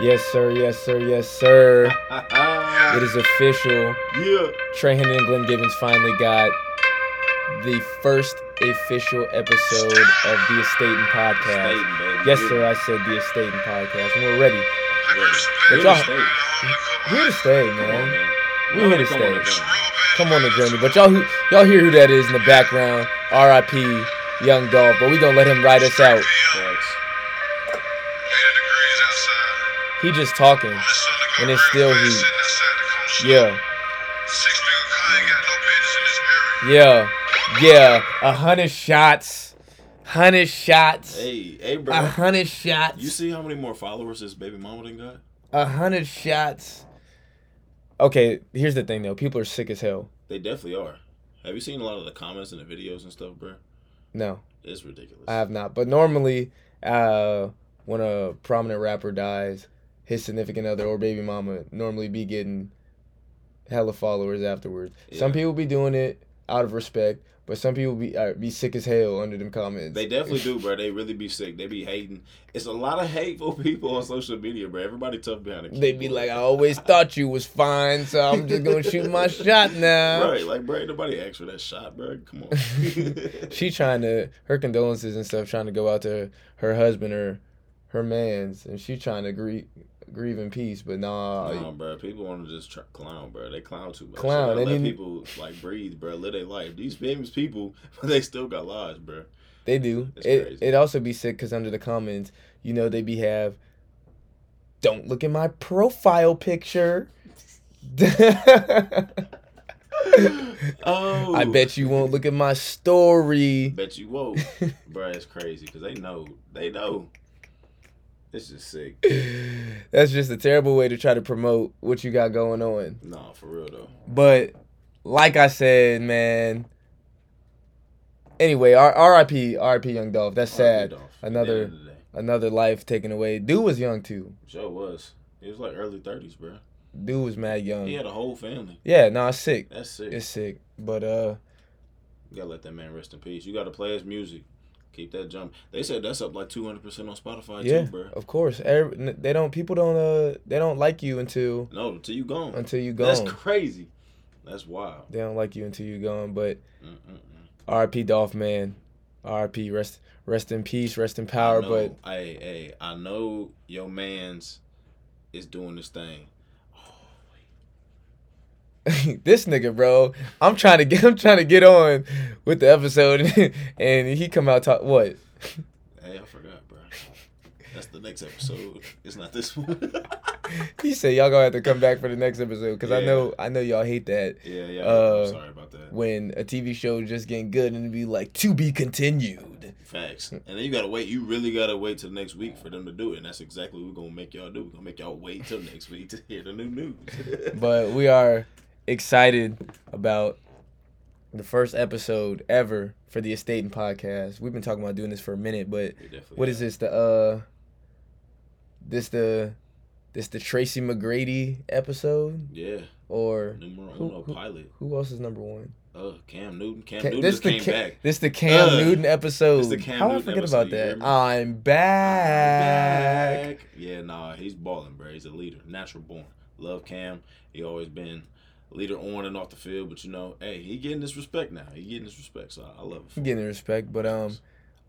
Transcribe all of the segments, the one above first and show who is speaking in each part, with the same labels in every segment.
Speaker 1: Yes, sir. Yes, sir. Yes, sir.
Speaker 2: yeah.
Speaker 1: It is official. Trahan and Glenn Givens finally got the first official episode of the Estate and Podcast.
Speaker 2: Stating, baby.
Speaker 1: Yes,
Speaker 2: Yeah.
Speaker 1: sir. I said the Estate and Podcast, and we're ready.
Speaker 2: We're
Speaker 1: But
Speaker 2: the
Speaker 1: y'all-
Speaker 2: stating.
Speaker 1: Here to stay,
Speaker 2: Come on,
Speaker 1: man.
Speaker 2: man.
Speaker 1: We here to
Speaker 2: Come on,
Speaker 1: stay.
Speaker 2: man.
Speaker 1: Come on the journey. But y'all, who, y'all hear who that is in the background? R.I.P. Young Dolph. But we gonna let him ride us out.
Speaker 2: Facts.
Speaker 1: He just talking, and it's still heat. Yeah. Yeah, yeah, a hundred shots, hundred shots,
Speaker 2: Hey, hey, bro.
Speaker 1: a hundred
Speaker 2: You
Speaker 1: shots,
Speaker 2: see how many more followers this baby mama done got?
Speaker 1: a hundred shots. Okay, here's the thing though. People are sick as hell.
Speaker 2: They definitely are. Have you seen a lot of the comments and the videos and stuff, bro?
Speaker 1: No,
Speaker 2: It's ridiculous.
Speaker 1: I have not. But normally, uh, when a prominent rapper dies, his significant other or baby mama normally be getting hella followers afterwards. Some
Speaker 2: Yeah.
Speaker 1: people be doing it out of respect, but some people be uh, be sick as hell under them comments.
Speaker 2: They definitely do, bro. They really be sick. They be hating. It's a lot of hateful people on social media, bro. Everybody tough behind the
Speaker 1: They'd be
Speaker 2: keyboard.
Speaker 1: like, I always thought you was fine, so I'm just gonna shoot my shot now.
Speaker 2: Right, like, bro, ain't nobody asked for that shot, bro. Come on.
Speaker 1: She trying to her condolences and stuff, trying to go out to her, her husband or her man's, and she trying to grieve, grieve in peace. But nah,
Speaker 2: Nah, bro. People want to just tr- clown, bro. They clown too much. So
Speaker 1: Clown,
Speaker 2: gotta
Speaker 1: they
Speaker 2: let
Speaker 1: need-
Speaker 2: people like breathe, bro. Live their life. These famous people, they still got lives, bro.
Speaker 1: they do.
Speaker 2: It's
Speaker 1: It
Speaker 2: crazy.
Speaker 1: it also be sick because under the comments, you know, they be have. Don't look at my profile picture.
Speaker 2: Oh,
Speaker 1: I bet you won't look at my story.
Speaker 2: Bet you won't, bro. It's crazy because they know. They know. It's just sick.
Speaker 1: That's just a terrible way to try to promote what you got going on.
Speaker 2: Nah, for real though.
Speaker 1: But like I said, man. Anyway, R- R.I.P. R.I.P. Young Dolph. That's sad.
Speaker 2: Dolph, at the
Speaker 1: Another-
Speaker 2: end of the day.
Speaker 1: Another life taken away. Dude was young too.
Speaker 2: Joe was. He was like early thirties, bro.
Speaker 1: Dude was mad young.
Speaker 2: He
Speaker 1: Yeah,
Speaker 2: had a whole family.
Speaker 1: nah, it's sick.
Speaker 2: That's sick.
Speaker 1: It's sick. But uh,
Speaker 2: You gotta let that man rest in peace. You gotta play his music. Keep that jump. They said that's up like two hundred percent on Spotify
Speaker 1: Yeah.
Speaker 2: too, bro.
Speaker 1: of course, every, they don't. People don't. Uh, they don't like you until
Speaker 2: No, until you gone.
Speaker 1: until you
Speaker 2: That's
Speaker 1: gone.
Speaker 2: crazy. That's wild.
Speaker 1: they don't like you until you gone. But
Speaker 2: Mm-mm-mm.
Speaker 1: R.I.P. Dolph, man. R.I.P. Rest. Rest in peace. Rest in power.
Speaker 2: I know,
Speaker 1: But
Speaker 2: hey, hey, I know your man's is doing this thing.
Speaker 1: this nigga, bro. I'm trying to get. I'm trying to get on with the episode, and he come out talk. What?
Speaker 2: Hey, I forgot, bro. That's the next episode. It's not this one.
Speaker 1: He said y'all gonna have to come back for the next episode because I
Speaker 2: Yeah.
Speaker 1: know. I know y'all hate that
Speaker 2: yeah, yeah.
Speaker 1: Uh,
Speaker 2: I'm sorry about that.
Speaker 1: when a TV show just getting good and it be like to be continued.
Speaker 2: Facts. And then you gotta wait. You really gotta wait till next week for them to do it. And that's exactly what we're gonna make y'all do. We're gonna make y'all wait till next week to hear the new news.
Speaker 1: But we are excited about the first episode ever for the Estate and Podcast. We've been talking about doing this for a minute, but
Speaker 2: We definitely
Speaker 1: what is
Speaker 2: have-
Speaker 1: this? The uh, this the this the Tracy McGrady episode.
Speaker 2: Yeah,
Speaker 1: or
Speaker 2: numero
Speaker 1: Who-
Speaker 2: uno
Speaker 1: who-
Speaker 2: pilot.
Speaker 1: who else is number one?
Speaker 2: Uh, Cam Newton. Cam
Speaker 1: Ca-
Speaker 2: Newton
Speaker 1: this
Speaker 2: just
Speaker 1: the
Speaker 2: came
Speaker 1: Ca-
Speaker 2: back.
Speaker 1: this the Cam
Speaker 2: Ugh.
Speaker 1: Newton episode.
Speaker 2: This the Cam
Speaker 1: How did I
Speaker 2: Newton
Speaker 1: forget
Speaker 2: episode,
Speaker 1: about
Speaker 2: you
Speaker 1: that?
Speaker 2: hear me?
Speaker 1: I'm back.
Speaker 2: Yeah, nah, he's balling, bro. He's a leader, natural born. Love Cam. He always been a leader on and off the field, but you know, hey, he getting this respect now. He getting this respect, so I, I love it.
Speaker 1: I'm
Speaker 2: for him.
Speaker 1: getting the respect, but um,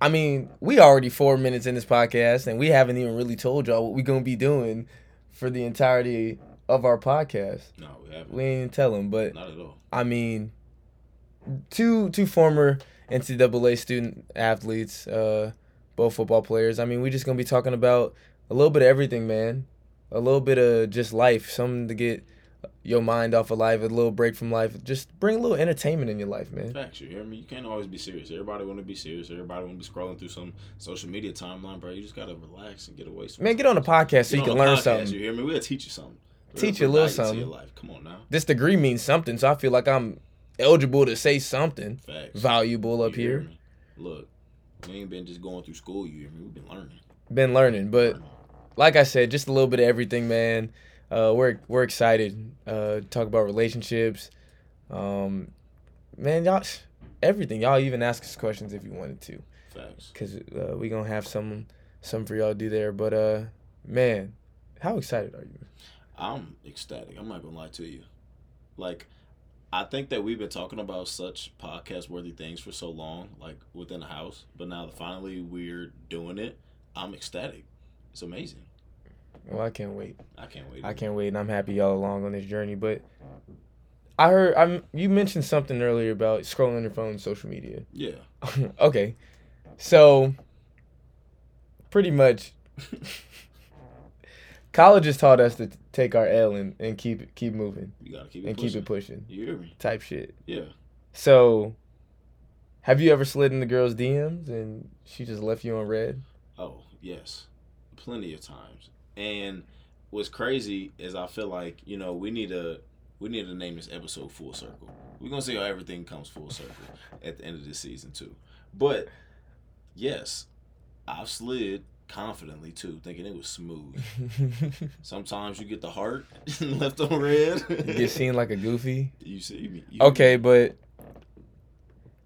Speaker 1: I mean, we already four minutes in this podcast, and we haven't even really told y'all what we gonna be doing for the entirety of our podcast.
Speaker 2: No, we haven't.
Speaker 1: We ain't tell them, but
Speaker 2: Not at all.
Speaker 1: I mean, two two former NCAA student athletes, uh, both football players. I mean, we just gonna be talking about a little bit of everything, man. A little bit of just life, something to get your mind off of life, a little break from life. Just bring a little entertainment in your life, man.
Speaker 2: Facts, you hear me? You can't always be serious. Everybody want to be serious. Everybody want to be scrolling through some social media timeline, bro. You just gotta relax and get away. Some
Speaker 1: Man, get on the podcast so you
Speaker 2: Get
Speaker 1: can
Speaker 2: on
Speaker 1: learn
Speaker 2: the podcast, You
Speaker 1: something.
Speaker 2: hear me? We'll teach you something. We'll
Speaker 1: Teach you a
Speaker 2: put
Speaker 1: little
Speaker 2: value to
Speaker 1: something.
Speaker 2: Your life. Come on now.
Speaker 1: This degree means something, so I feel like I'm eligible to say something
Speaker 2: Facts.
Speaker 1: valuable up
Speaker 2: You hear
Speaker 1: here.
Speaker 2: me? Look, we ain't been just going through school. You hear me? We've been learning.
Speaker 1: Been learning, but like I said, just a little bit of everything, man. Uh, we're we're excited. Uh, talk about relationships, um, man. Y'all, everything. Y'all even ask us questions if you wanted to,
Speaker 2: Facts.
Speaker 1: cause uh, we gonna have some some for y'all to do there. But uh, man, How excited are you?
Speaker 2: I'm ecstatic. I'm not gonna lie to you. Like, I think that we've been talking about such podcast worthy things for so long, like within the house, but now that finally we're doing it, I'm ecstatic. It's amazing.
Speaker 1: Well, I can't wait.
Speaker 2: I can't wait.
Speaker 1: I can't wait, and I'm happy y'all along on this journey. But I heard I'm you mentioned something earlier about scrolling your phone, social media.
Speaker 2: Yeah.
Speaker 1: okay, so pretty much, college has taught us to take our L and, and keep keep moving
Speaker 2: You gotta keep it
Speaker 1: and
Speaker 2: pushing.
Speaker 1: keep it pushing,
Speaker 2: You hear me?
Speaker 1: type shit.
Speaker 2: Yeah.
Speaker 1: So, have you ever slid in the girl's DMs and she just left you on red?
Speaker 2: Oh yes, plenty of times. And what's crazy is I feel like you know we need to we need to name this episode full circle. We're gonna see how everything comes full circle at the end of this season too. But yes, I've slid confidently too, thinking it was smooth. Sometimes you get the heart left on red.
Speaker 1: you get seen like a goofy.
Speaker 2: You see me? You-
Speaker 1: Okay, but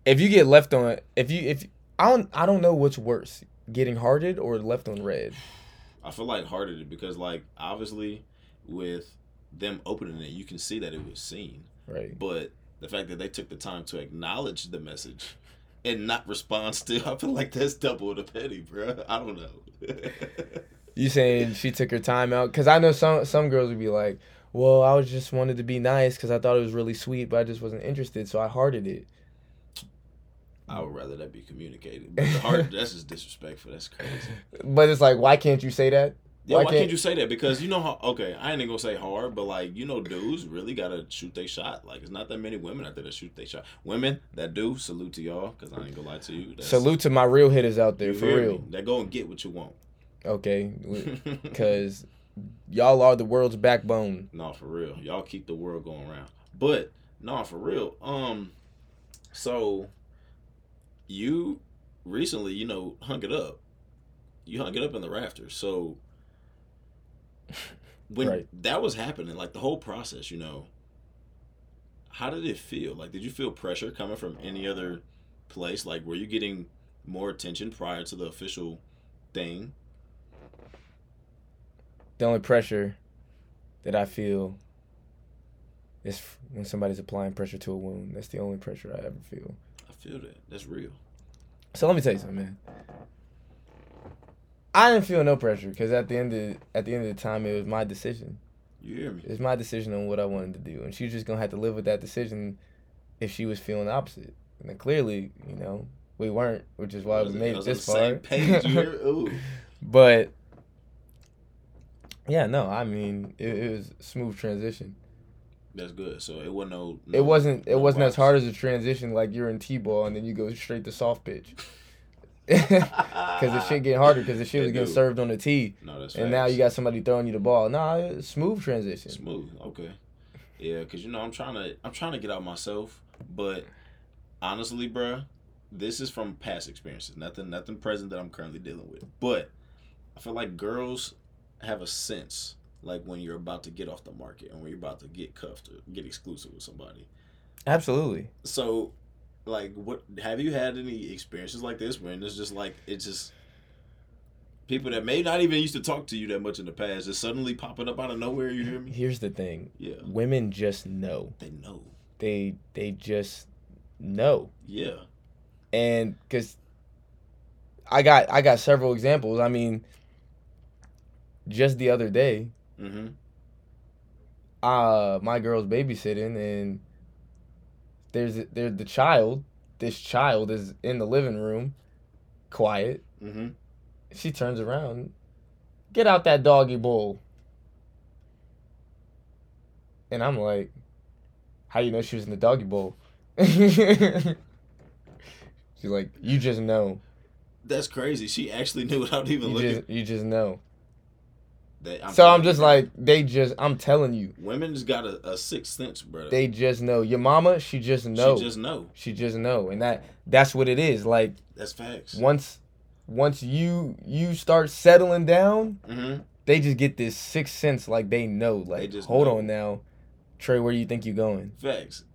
Speaker 1: if you get left on, if you if I don't I don't know what's worse, getting hearted or left on red.
Speaker 2: I feel like harder because like obviously with them opening it, you can see that it was seen.
Speaker 1: Right.
Speaker 2: But the fact that they took the time to acknowledge the message and not respond still, I feel like that's double the petty, bro. I don't know.
Speaker 1: You saying she took her time out? Cause I know some some girls would be like, well, I was just wanted to be nice because I thought it was really sweet, but I just wasn't interested, so I hearted it.
Speaker 2: I would rather that be communicated. But the heart, that's just disrespectful. That's crazy.
Speaker 1: But it's like, why can't you say that?
Speaker 2: Yeah, why,
Speaker 1: Why
Speaker 2: can't,
Speaker 1: can't-
Speaker 2: you say that? Because you know how. Okay, I ain't even gonna say hard, but like you know, dudes really gotta shoot they shot. Like it's not that many women out there that shoot they shot. Women that do salute to y'all, because I ain't gonna lie to you. That's,
Speaker 1: Salute to my real hitters out there
Speaker 2: you
Speaker 1: for
Speaker 2: hear
Speaker 1: real.
Speaker 2: me? That go and get what you want.
Speaker 1: Okay, because y'all are the world's backbone.
Speaker 2: No, for real. Y'all keep the world going around. But no, for real. Um, so you recently, you know, hung it up. You hung it up in the rafters. So when
Speaker 1: Right.
Speaker 2: that was happening, like the whole process, you know, how did it feel? Like, did you feel pressure coming from any other place? Like, were you getting more attention prior to the official thing?
Speaker 1: The only pressure that I feel is f- when somebody's applying pressure to a wound. That's the only pressure I ever feel.
Speaker 2: I feel that. That's real.
Speaker 1: So let me tell you something, man. I didn't feel no pressure because at the end of at the end of the time, it was my decision.
Speaker 2: You hear me?
Speaker 1: It's my decision on what I wanted to do, and she's just gonna have to live with that decision if she was feeling the opposite. And then clearly, you know, we weren't, which is why
Speaker 2: I was-
Speaker 1: we
Speaker 2: I
Speaker 1: made it
Speaker 2: was on
Speaker 1: this
Speaker 2: the
Speaker 1: far.
Speaker 2: Same page. You hear? Ooh.
Speaker 1: But yeah, no, I mean it, it was a smooth transition.
Speaker 2: That's good. So it wasn't no.
Speaker 1: It wasn't it
Speaker 2: no
Speaker 1: wasn't as
Speaker 2: rocks.
Speaker 1: hard as a transition like you're in T ball and then you go straight to soft pitch. Cause the shit getting harder because the shit
Speaker 2: It
Speaker 1: was getting
Speaker 2: do.
Speaker 1: served on the tee
Speaker 2: No, that's
Speaker 1: and now
Speaker 2: facts.
Speaker 1: you got somebody throwing you the ball. Nah, it was smooth transition.
Speaker 2: smooth. Okay. Yeah, cause you know I'm trying to I'm trying to get out myself, but honestly, bruh, this is from past experiences. Nothing nothing present that I'm currently dealing with. But I feel like girls have a sense like when you're about to get off the market and when you're about to get cuffed or get exclusive with somebody.
Speaker 1: Absolutely.
Speaker 2: So, like, what have you had any experiences like this when it's just like it's just people that may not even used to talk to you that much in the past just suddenly popping up out of nowhere? You hear me?
Speaker 1: Here's the thing.
Speaker 2: Yeah,
Speaker 1: Women just know.
Speaker 2: they know.
Speaker 1: They they just know.
Speaker 2: Yeah,
Speaker 1: and because I got I got several examples. I mean, just the other day,
Speaker 2: mm-hmm.
Speaker 1: uh, my girl's babysitting, and there's there's the child. This child is in the living room, quiet.
Speaker 2: Mm-hmm.
Speaker 1: She turns around, get out that doggy bowl, and I'm like, how you know she was in the doggy bowl? She's like, you just know.
Speaker 2: That's crazy. She actually knew without even
Speaker 1: You
Speaker 2: looking.
Speaker 1: just, you just know.
Speaker 2: That,
Speaker 1: so I'm
Speaker 2: telling
Speaker 1: just
Speaker 2: you,
Speaker 1: like, they just, I'm telling you,
Speaker 2: women's got a, a sixth sense, brother.
Speaker 1: they just know. Your mama, she just know.
Speaker 2: She just know.
Speaker 1: know, and that that's what it is. Like
Speaker 2: That's facts.
Speaker 1: once, once you you start settling down,
Speaker 2: Mm-hmm.
Speaker 1: they just get this sixth sense. Like they know. Like
Speaker 2: just
Speaker 1: hold
Speaker 2: know.
Speaker 1: on now, Trey, where you think you going?
Speaker 2: Facts.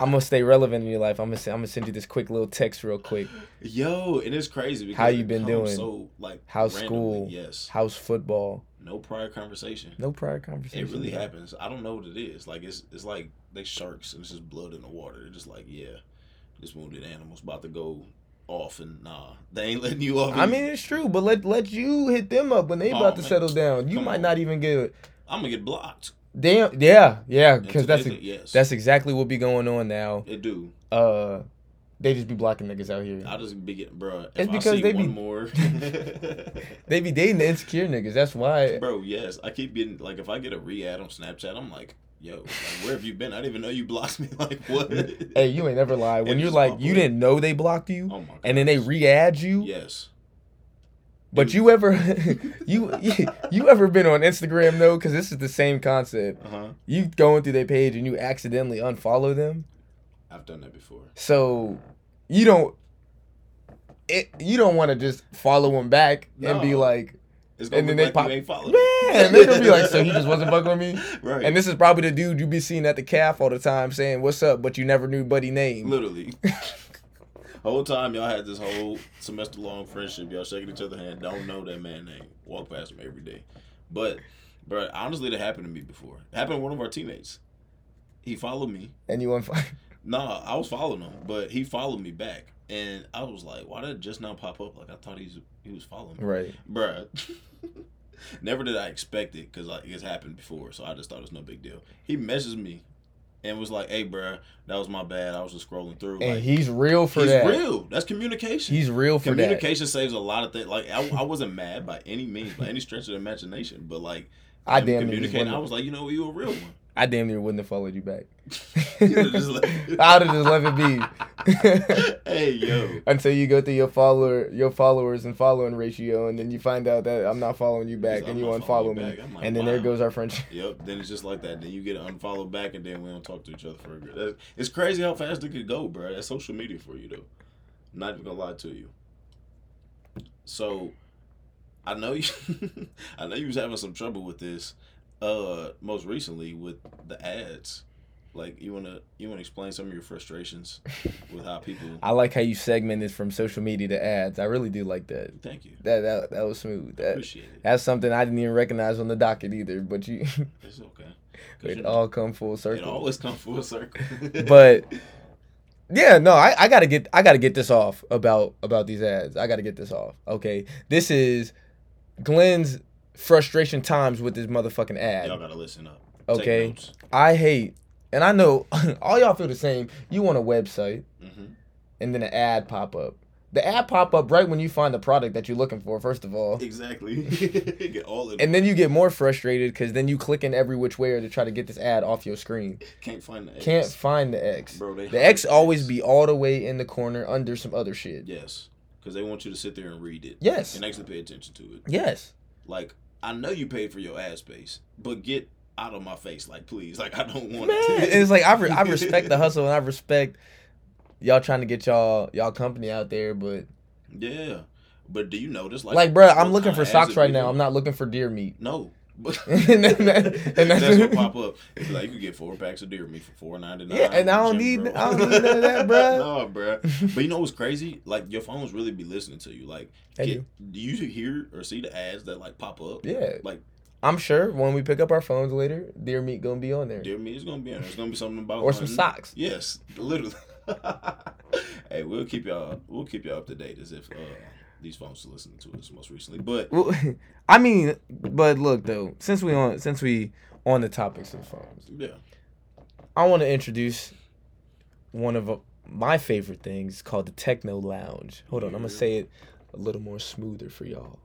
Speaker 1: I'm gonna stay relevant in your life. I'm gonna I'm gonna send you this quick little text real quick.
Speaker 2: Yo, and it's crazy because
Speaker 1: How you
Speaker 2: it
Speaker 1: been doing?
Speaker 2: comes So like
Speaker 1: How's
Speaker 2: randomly.
Speaker 1: school?
Speaker 2: Yes.
Speaker 1: How's football?
Speaker 2: No prior conversation.
Speaker 1: No prior
Speaker 2: It
Speaker 1: conversation.
Speaker 2: really happens. I don't know what it is. Like it's it's like they sharks and it's just blood in the water. They're just like, yeah, this wounded animal's about to go off and nah, they ain't letting you off.
Speaker 1: I mean, it's true, but let let you hit them up when they
Speaker 2: Oh,
Speaker 1: about to
Speaker 2: man.
Speaker 1: settle down. You
Speaker 2: Come
Speaker 1: might
Speaker 2: on.
Speaker 1: not even get
Speaker 2: I'm gonna get blocked.
Speaker 1: damn. Yeah, yeah,
Speaker 2: And
Speaker 1: because
Speaker 2: today
Speaker 1: that's
Speaker 2: they-
Speaker 1: a,
Speaker 2: yes,
Speaker 1: that's exactly what be going on now.
Speaker 2: it. Do
Speaker 1: Uh, they just be blocking niggas out here.
Speaker 2: I just be getting, bruh, If
Speaker 1: It's
Speaker 2: I
Speaker 1: because
Speaker 2: see
Speaker 1: they
Speaker 2: one
Speaker 1: be-
Speaker 2: more,
Speaker 1: They be dating the insecure niggas. That's why.
Speaker 2: bro. Yes, I keep getting like if I get a re-add on Snapchat, I'm like, yo, like, where have you been? I didn't even know you blocked me. Like what?
Speaker 1: Hey, you ain't never lied. When
Speaker 2: It
Speaker 1: you're
Speaker 2: just
Speaker 1: like,
Speaker 2: popped
Speaker 1: you
Speaker 2: up.
Speaker 1: didn't know they blocked you,
Speaker 2: oh my god.
Speaker 1: and then they re-add you.
Speaker 2: yes.
Speaker 1: But you ever, you you ever been on Instagram though? Because this is the same concept.
Speaker 2: Uh huh.
Speaker 1: You going through their page and you accidentally unfollow them.
Speaker 2: I've done that before.
Speaker 1: So you don't it you don't want to just follow him back and be
Speaker 2: No.
Speaker 1: like,
Speaker 2: It's gonna
Speaker 1: And
Speaker 2: be
Speaker 1: then they
Speaker 2: like
Speaker 1: pop-
Speaker 2: you ain't followed.
Speaker 1: man, they're gonna be like, so he just wasn't fucking with me.
Speaker 2: Right.
Speaker 1: And this is probably the dude you be seeing at the calf all the time saying, "What's up?" But you never knew buddy name.
Speaker 2: Literally. whole time y'all had this whole semester long friendship, y'all shaking each other hand, don't know that man name. Walk past him every day. But but honestly that happened to me before. It happened to one of our teammates. He followed me.
Speaker 1: And you unfollow.
Speaker 2: Nah, I was following him, but he followed me back. And I was like, why did it just now pop up? Like I thought he's he was following me.
Speaker 1: Right.
Speaker 2: Bruh. Never did I expect it because like, it's happened before, so I just thought it was no big deal. He messaged me and was like, hey, bruh, that was my bad. I was just scrolling through.
Speaker 1: And
Speaker 2: like,
Speaker 1: he's real for
Speaker 2: he's
Speaker 1: that.
Speaker 2: real. That's communication.
Speaker 1: He's real for that.
Speaker 2: communication saves a lot of things. Like I, I wasn't mad by any means, by any stretch of the imagination, but like
Speaker 1: I damn
Speaker 2: him
Speaker 1: near just
Speaker 2: communicating, I
Speaker 1: wouldn't,
Speaker 2: was like, you know, what, you a real one.
Speaker 1: I damn near wouldn't have followed you back.
Speaker 2: would've just left-
Speaker 1: I'd have just left it be.
Speaker 2: hey yo,
Speaker 1: Until you go through your follower, your followers and following ratio, and then you find out that I'm not following you back,
Speaker 2: He's like,
Speaker 1: and
Speaker 2: "I'm
Speaker 1: you
Speaker 2: not following
Speaker 1: unfollow
Speaker 2: you
Speaker 1: me,
Speaker 2: back." I'm like,
Speaker 1: and then there
Speaker 2: "Wow."
Speaker 1: goes our friendship.
Speaker 2: yep. Then it's just like that. Then you get an unfollow back, and then we don't talk to each other for a good. that's- It's crazy how fast it could go, bro. That's social media for you, though. I'm not even gonna lie to you. So, I know you. I know you was having some trouble with this. Uh, most recently with the ads. Like you wanna you wanna explain some of your frustrations with how people.
Speaker 1: I like how you segmented from social media to ads. I really do like that.
Speaker 2: Thank you.
Speaker 1: That that that was smooth. That,
Speaker 2: Appreciate it.
Speaker 1: that's something I didn't even recognize on the docket either. But you,
Speaker 2: It's okay. 'Cause you
Speaker 1: it
Speaker 2: know,
Speaker 1: all come full
Speaker 2: it
Speaker 1: circle.
Speaker 2: always comes full circle.
Speaker 1: But yeah, no, I, I gotta get I gotta get this off about about these ads. I gotta get this off. Okay, this is Glenn's frustration times with this motherfucking ad.
Speaker 2: y'all gotta listen up. Take
Speaker 1: Okay,
Speaker 2: notes.
Speaker 1: I hate, and I know all y'all feel the same. You want a website
Speaker 2: Mhm.
Speaker 1: and then an ad pop up. The ad pop up right when you find the product that you're looking for, first of all.
Speaker 2: Exactly. Get all of them.
Speaker 1: And then you get more frustrated because then you clicking every which way to try to get this ad off your screen.
Speaker 2: Can't find the X.
Speaker 1: Can't find the X.
Speaker 2: Bro, they
Speaker 1: The
Speaker 2: hide
Speaker 1: X always be all the way in the corner under some other shit.
Speaker 2: Yes. Because they want you to sit there and read it.
Speaker 1: Yes.
Speaker 2: And actually pay attention to it.
Speaker 1: Yes.
Speaker 2: Like, I know you paid for your ad space, but get out of my face. Like, please. Like, I don't want
Speaker 1: Man.
Speaker 2: it.
Speaker 1: It's like I, re- I respect the hustle and I respect y'all trying to get y'all y'all company out there, but
Speaker 2: Yeah. But do you notice, like,
Speaker 1: like, bruh,
Speaker 2: what
Speaker 1: I'm looking
Speaker 2: kind
Speaker 1: for
Speaker 2: of ads
Speaker 1: socks
Speaker 2: it
Speaker 1: right
Speaker 2: be
Speaker 1: now.
Speaker 2: doing?
Speaker 1: I'm not looking for deer meat.
Speaker 2: No. But
Speaker 1: And that- and that's-
Speaker 2: that's what pop up. It's like you can get four packs of deer meat for four ninety nine.
Speaker 1: Yeah, and I don't need- I don't need none of that, bruh.
Speaker 2: no, bro. But you know what's crazy? Like your phones really be listening to you. Like,
Speaker 1: They
Speaker 2: get- do you hear or see the ads that like pop up?
Speaker 1: Yeah.
Speaker 2: Like
Speaker 1: I'm sure when we pick up our phones later, deer meat gonna be on there.
Speaker 2: dear me, it's gonna be on. there. It's gonna be something about
Speaker 1: Or some
Speaker 2: hunting.
Speaker 1: socks.
Speaker 2: Yes, literally. hey, we'll keep y'all. We'll keep y'all up to date as if uh, these phones are listening to us most recently. But
Speaker 1: Well, I mean, but look though, since we on since we on the topics of phones,
Speaker 2: yeah,
Speaker 1: I want to introduce one of uh, my favorite things called the Techno Lounge. Hold on, I'm gonna say it a little more smoother for y'all.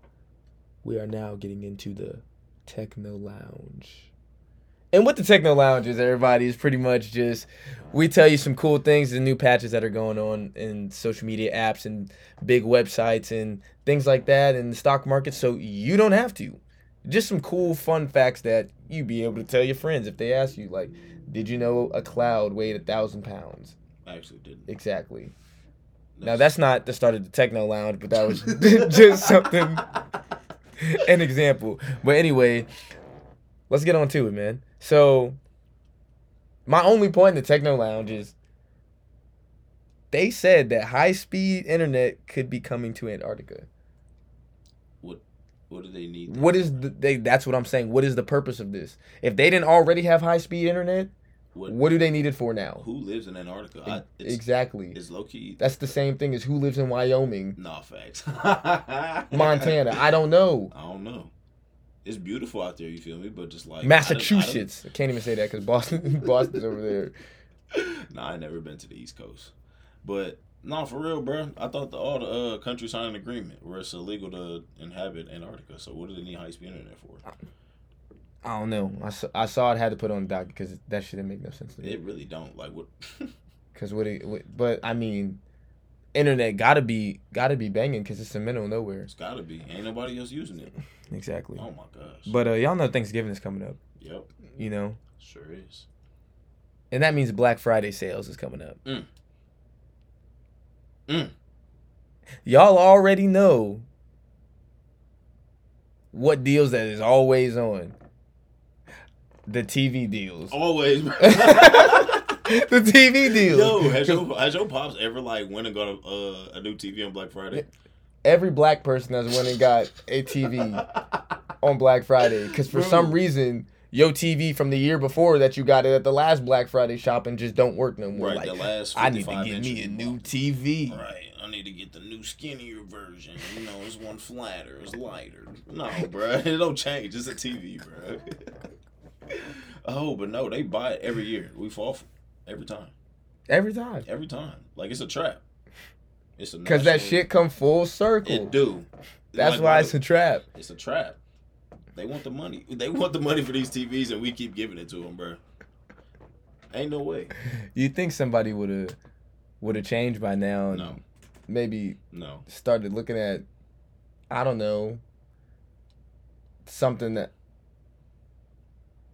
Speaker 1: We are now getting into the Techno Lounge. And what the Techno Lounge is, everybody, is pretty much just we tell you some cool things, the new patches that are going on in social media apps and big websites and things like that and the stock market, so you don't have to. Just some cool, fun facts that you be able to tell your friends if they ask you, like, did you know a cloud weighed a thousand pounds?
Speaker 2: I actually didn't.
Speaker 1: Exactly. Now that's not the start of the techno lounge, but that was just something an example. But anyway, let's get on to it, man. So my only point in the techno lounge is they said that high speed internet could be coming to Antarctica.
Speaker 2: What do they need?
Speaker 1: What is the, they? That's what I'm saying. What is the purpose of this? If they didn't already have high speed internet,
Speaker 2: What,
Speaker 1: what do they need it for now?
Speaker 2: Who lives in Antarctica? I,
Speaker 1: Ex-
Speaker 2: it's,
Speaker 1: exactly.
Speaker 2: It's low key.
Speaker 1: That's the same thing as who lives in Wyoming,
Speaker 2: Nah, facts.
Speaker 1: Montana. I don't know.
Speaker 2: I don't know. It's beautiful out there. You feel me? But just like I done- I done-
Speaker 1: Massachusetts. I can't even say that because Boston, Boston's over there.
Speaker 2: nah, I never been to the East Coast, but nah, for real, bro. I thought the, all the uh, countries signed an agreement where it's illegal to inhabit Antarctica. So what do they need high speed internet for?
Speaker 1: I don't know. I saw, I saw it had to put it on the dock because that shit didn't make no sense to me.
Speaker 2: It really don't. Like what?
Speaker 1: Because what, it- what? But I mean, internet gotta be gotta be banging because it's the middle of nowhere.
Speaker 2: it's gotta be. Ain't nobody else using it.
Speaker 1: Exactly.
Speaker 2: Oh my gosh.
Speaker 1: But uh, y'all know Thanksgiving is coming up.
Speaker 2: yep,
Speaker 1: You know,
Speaker 2: sure is.
Speaker 1: and that means Black Friday sales is coming up.
Speaker 2: Mm. Mm.
Speaker 1: Y'all already know what deals that is always on. The TV deals.
Speaker 2: Always. bro.
Speaker 1: the TV deals.
Speaker 2: Yo, has your, has your pops ever like went and got a, uh, a new TV on Black Friday?
Speaker 1: Every black person has went and got a TV on Black Friday because for
Speaker 2: Bro.
Speaker 1: some reason. Your TV from the year before that you got it at the last Black Friday shopping just don't work no more.
Speaker 2: Right,
Speaker 1: like
Speaker 2: the last
Speaker 1: I need to
Speaker 2: 55
Speaker 1: get
Speaker 2: inch
Speaker 1: me a
Speaker 2: you
Speaker 1: new
Speaker 2: bought.
Speaker 1: TV.
Speaker 2: Right, I need to get the new skinnier version. You know, it's one flatter, it's lighter. No, bruh, it don't change. It's a TV, bruh. oh, but no, they buy it every year. We fall for it. every time,
Speaker 1: Every time.
Speaker 2: every time. Like it's a trap. It's a
Speaker 1: Cause that
Speaker 2: national-
Speaker 1: shit come full circle.
Speaker 2: It do.
Speaker 1: That's
Speaker 2: Like,
Speaker 1: why
Speaker 2: why
Speaker 1: it's a trap.
Speaker 2: It's a trap. They want the money. They want the money for these TVs, and we keep giving it to them, bro. Ain't no way.
Speaker 1: You think somebody would have would have changed by now and
Speaker 2: No,
Speaker 1: maybe
Speaker 2: no.
Speaker 1: started looking at I don't know something that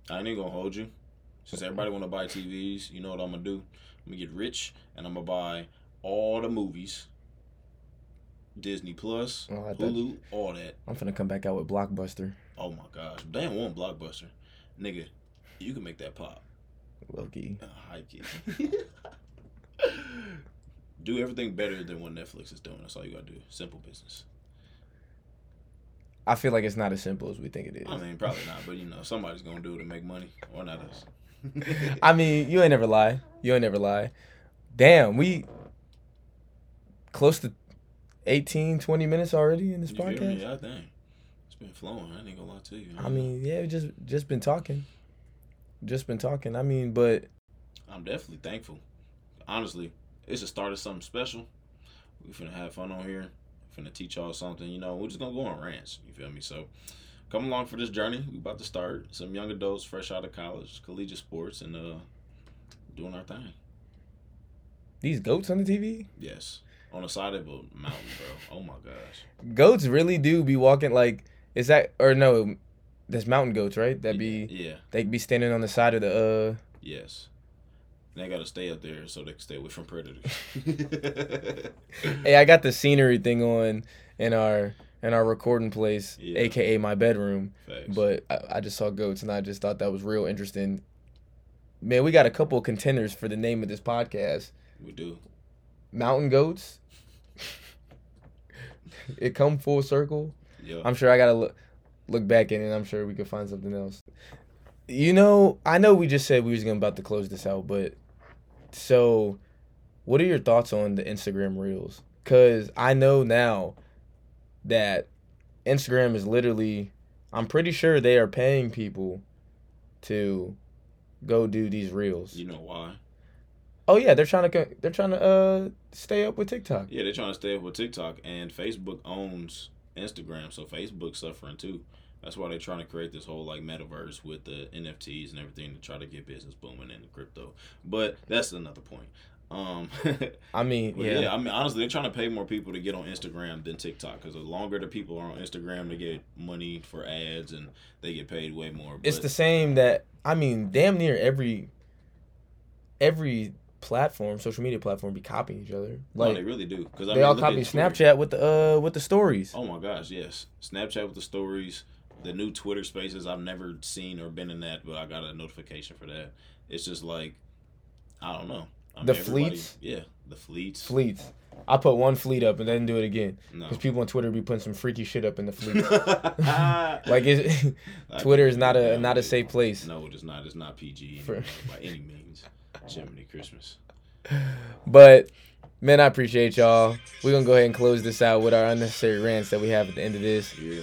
Speaker 2: I ain't gonna hold you. Since everybody want to buy TVs, you know what I'm gonna do? I'm gonna get rich, and I'm gonna buy all the movies, Disney Plus,
Speaker 1: Oh, I bet.
Speaker 2: Hulu, all that.
Speaker 1: I'm finna come back out with Blockbuster.
Speaker 2: Oh my gosh, damn one blockbuster, nigga. You can make that pop.
Speaker 1: Loki.
Speaker 2: Uh, high key. do everything better than what Netflix is doing. That's all you gotta do. Simple business.
Speaker 1: I feel like it's not as simple as we think it is.
Speaker 2: I mean, probably not, but you know, somebody's gonna do it to make money, or not us.
Speaker 1: I mean, you ain't never lie. You ain't never lie. Damn, we close to 18, 20 minutes already in this
Speaker 2: you feel me?
Speaker 1: podcast.
Speaker 2: Yeah, dang. It's been flowing. I ain't gonna lie to you.
Speaker 1: I mean, yeah, we just just been talking. Just been talking. I mean, but
Speaker 2: I'm definitely thankful. Honestly, it's the start of something special. We finna have fun on here. Finna teach y'all something. You know, we're just gonna go on rants. You feel me? So, come along for this journey. We about to start some young adults fresh out of college, collegiate sports, and uh, doing our thing.
Speaker 1: these goats on the TV,
Speaker 2: Yes, on the side of a mountain, bro. Oh my gosh.
Speaker 1: goats really do be walking like is that or no, that's mountain goats, right? That be
Speaker 2: Yeah.
Speaker 1: they be standing on the side of the uh
Speaker 2: Yes. They gotta stay up there so they can stay away from predators.
Speaker 1: uh, Hey, I got the scenery thing on in our in our recording place,
Speaker 2: Yeah.
Speaker 1: aka my bedroom.
Speaker 2: Facts.
Speaker 1: But I, I just saw goats and I just thought that was real interesting. Man, we got a couple of contenders for the name of this podcast.
Speaker 2: we do.
Speaker 1: Mountain goats. it come full circle.
Speaker 2: Yeah.
Speaker 1: I'm sure I gotta look look back in it. I'm sure we could find something else. You know, I know we just said we was gonna about to close this out, but so what are your thoughts on the Instagram Reels? Cause I know now that Instagram is literally I'm pretty sure they are paying people to go do these reels.
Speaker 2: you know why?
Speaker 1: Oh yeah, they're trying to co- they're trying to uh stay up with TikTok.
Speaker 2: Yeah, they're trying to stay up with TikTok and Facebook owns Instagram, so Facebook's suffering too. That's why they're trying to create this whole like metaverse with the NFTs and everything to try to get business booming in the crypto. But that's another point. Um,
Speaker 1: I mean,
Speaker 2: But yeah. I mean, honestly, they're trying to pay more people to get on Instagram than TikTok because the longer the people are on Instagram, they get money for ads and they get paid way more.
Speaker 1: it's
Speaker 2: But
Speaker 1: the same that I mean, damn near every every platform, social media platform, be copying each other.
Speaker 2: no,
Speaker 1: Like
Speaker 2: Oh, they
Speaker 1: they,
Speaker 2: really do because I mean,
Speaker 1: all
Speaker 2: look at
Speaker 1: copy
Speaker 2: Twitter.
Speaker 1: Snapchat with the uh with the stories.
Speaker 2: Oh my gosh, yes, Snapchat with the stories, the new Twitter Spaces. I've never seen or been in that, but I got a notification for that. It's just like, I don't know. I
Speaker 1: The
Speaker 2: everybody-
Speaker 1: fleets?
Speaker 2: yeah, the fleets.
Speaker 1: Fleets. I put one fleet up and then do it again
Speaker 2: No.
Speaker 1: because people on Twitter be putting some freaky shit up in the fleet.
Speaker 2: like
Speaker 1: like it, Twitter is not a not a safe place.
Speaker 2: No, it is not. It's not PG
Speaker 1: For-
Speaker 2: by any means. Jiminy Christmas.
Speaker 1: But man, I appreciate y'all. We're gonna go ahead and close this out with our unnecessary rants that we have at the end of this.
Speaker 2: Yeah.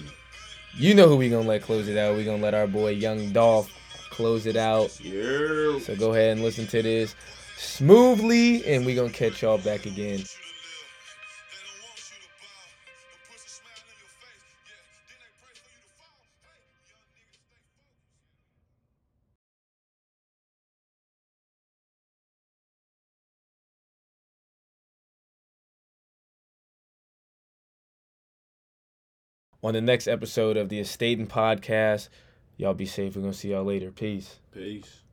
Speaker 1: You know who we gonna let close it out. We gonna let our boy Young Dolph close it out.
Speaker 2: Yeah.
Speaker 1: So go ahead and listen to this smoothly, and we gonna catch y'all back again.
Speaker 3: They don't want you to bow, but push a smile in your face. Yeah, then they pray for you to fall. Hey, young niggas stay focused.
Speaker 1: On the next episode of the Estate and Podcast, y'all be safe. We're gonna see y'all later. Peace.
Speaker 2: Peace.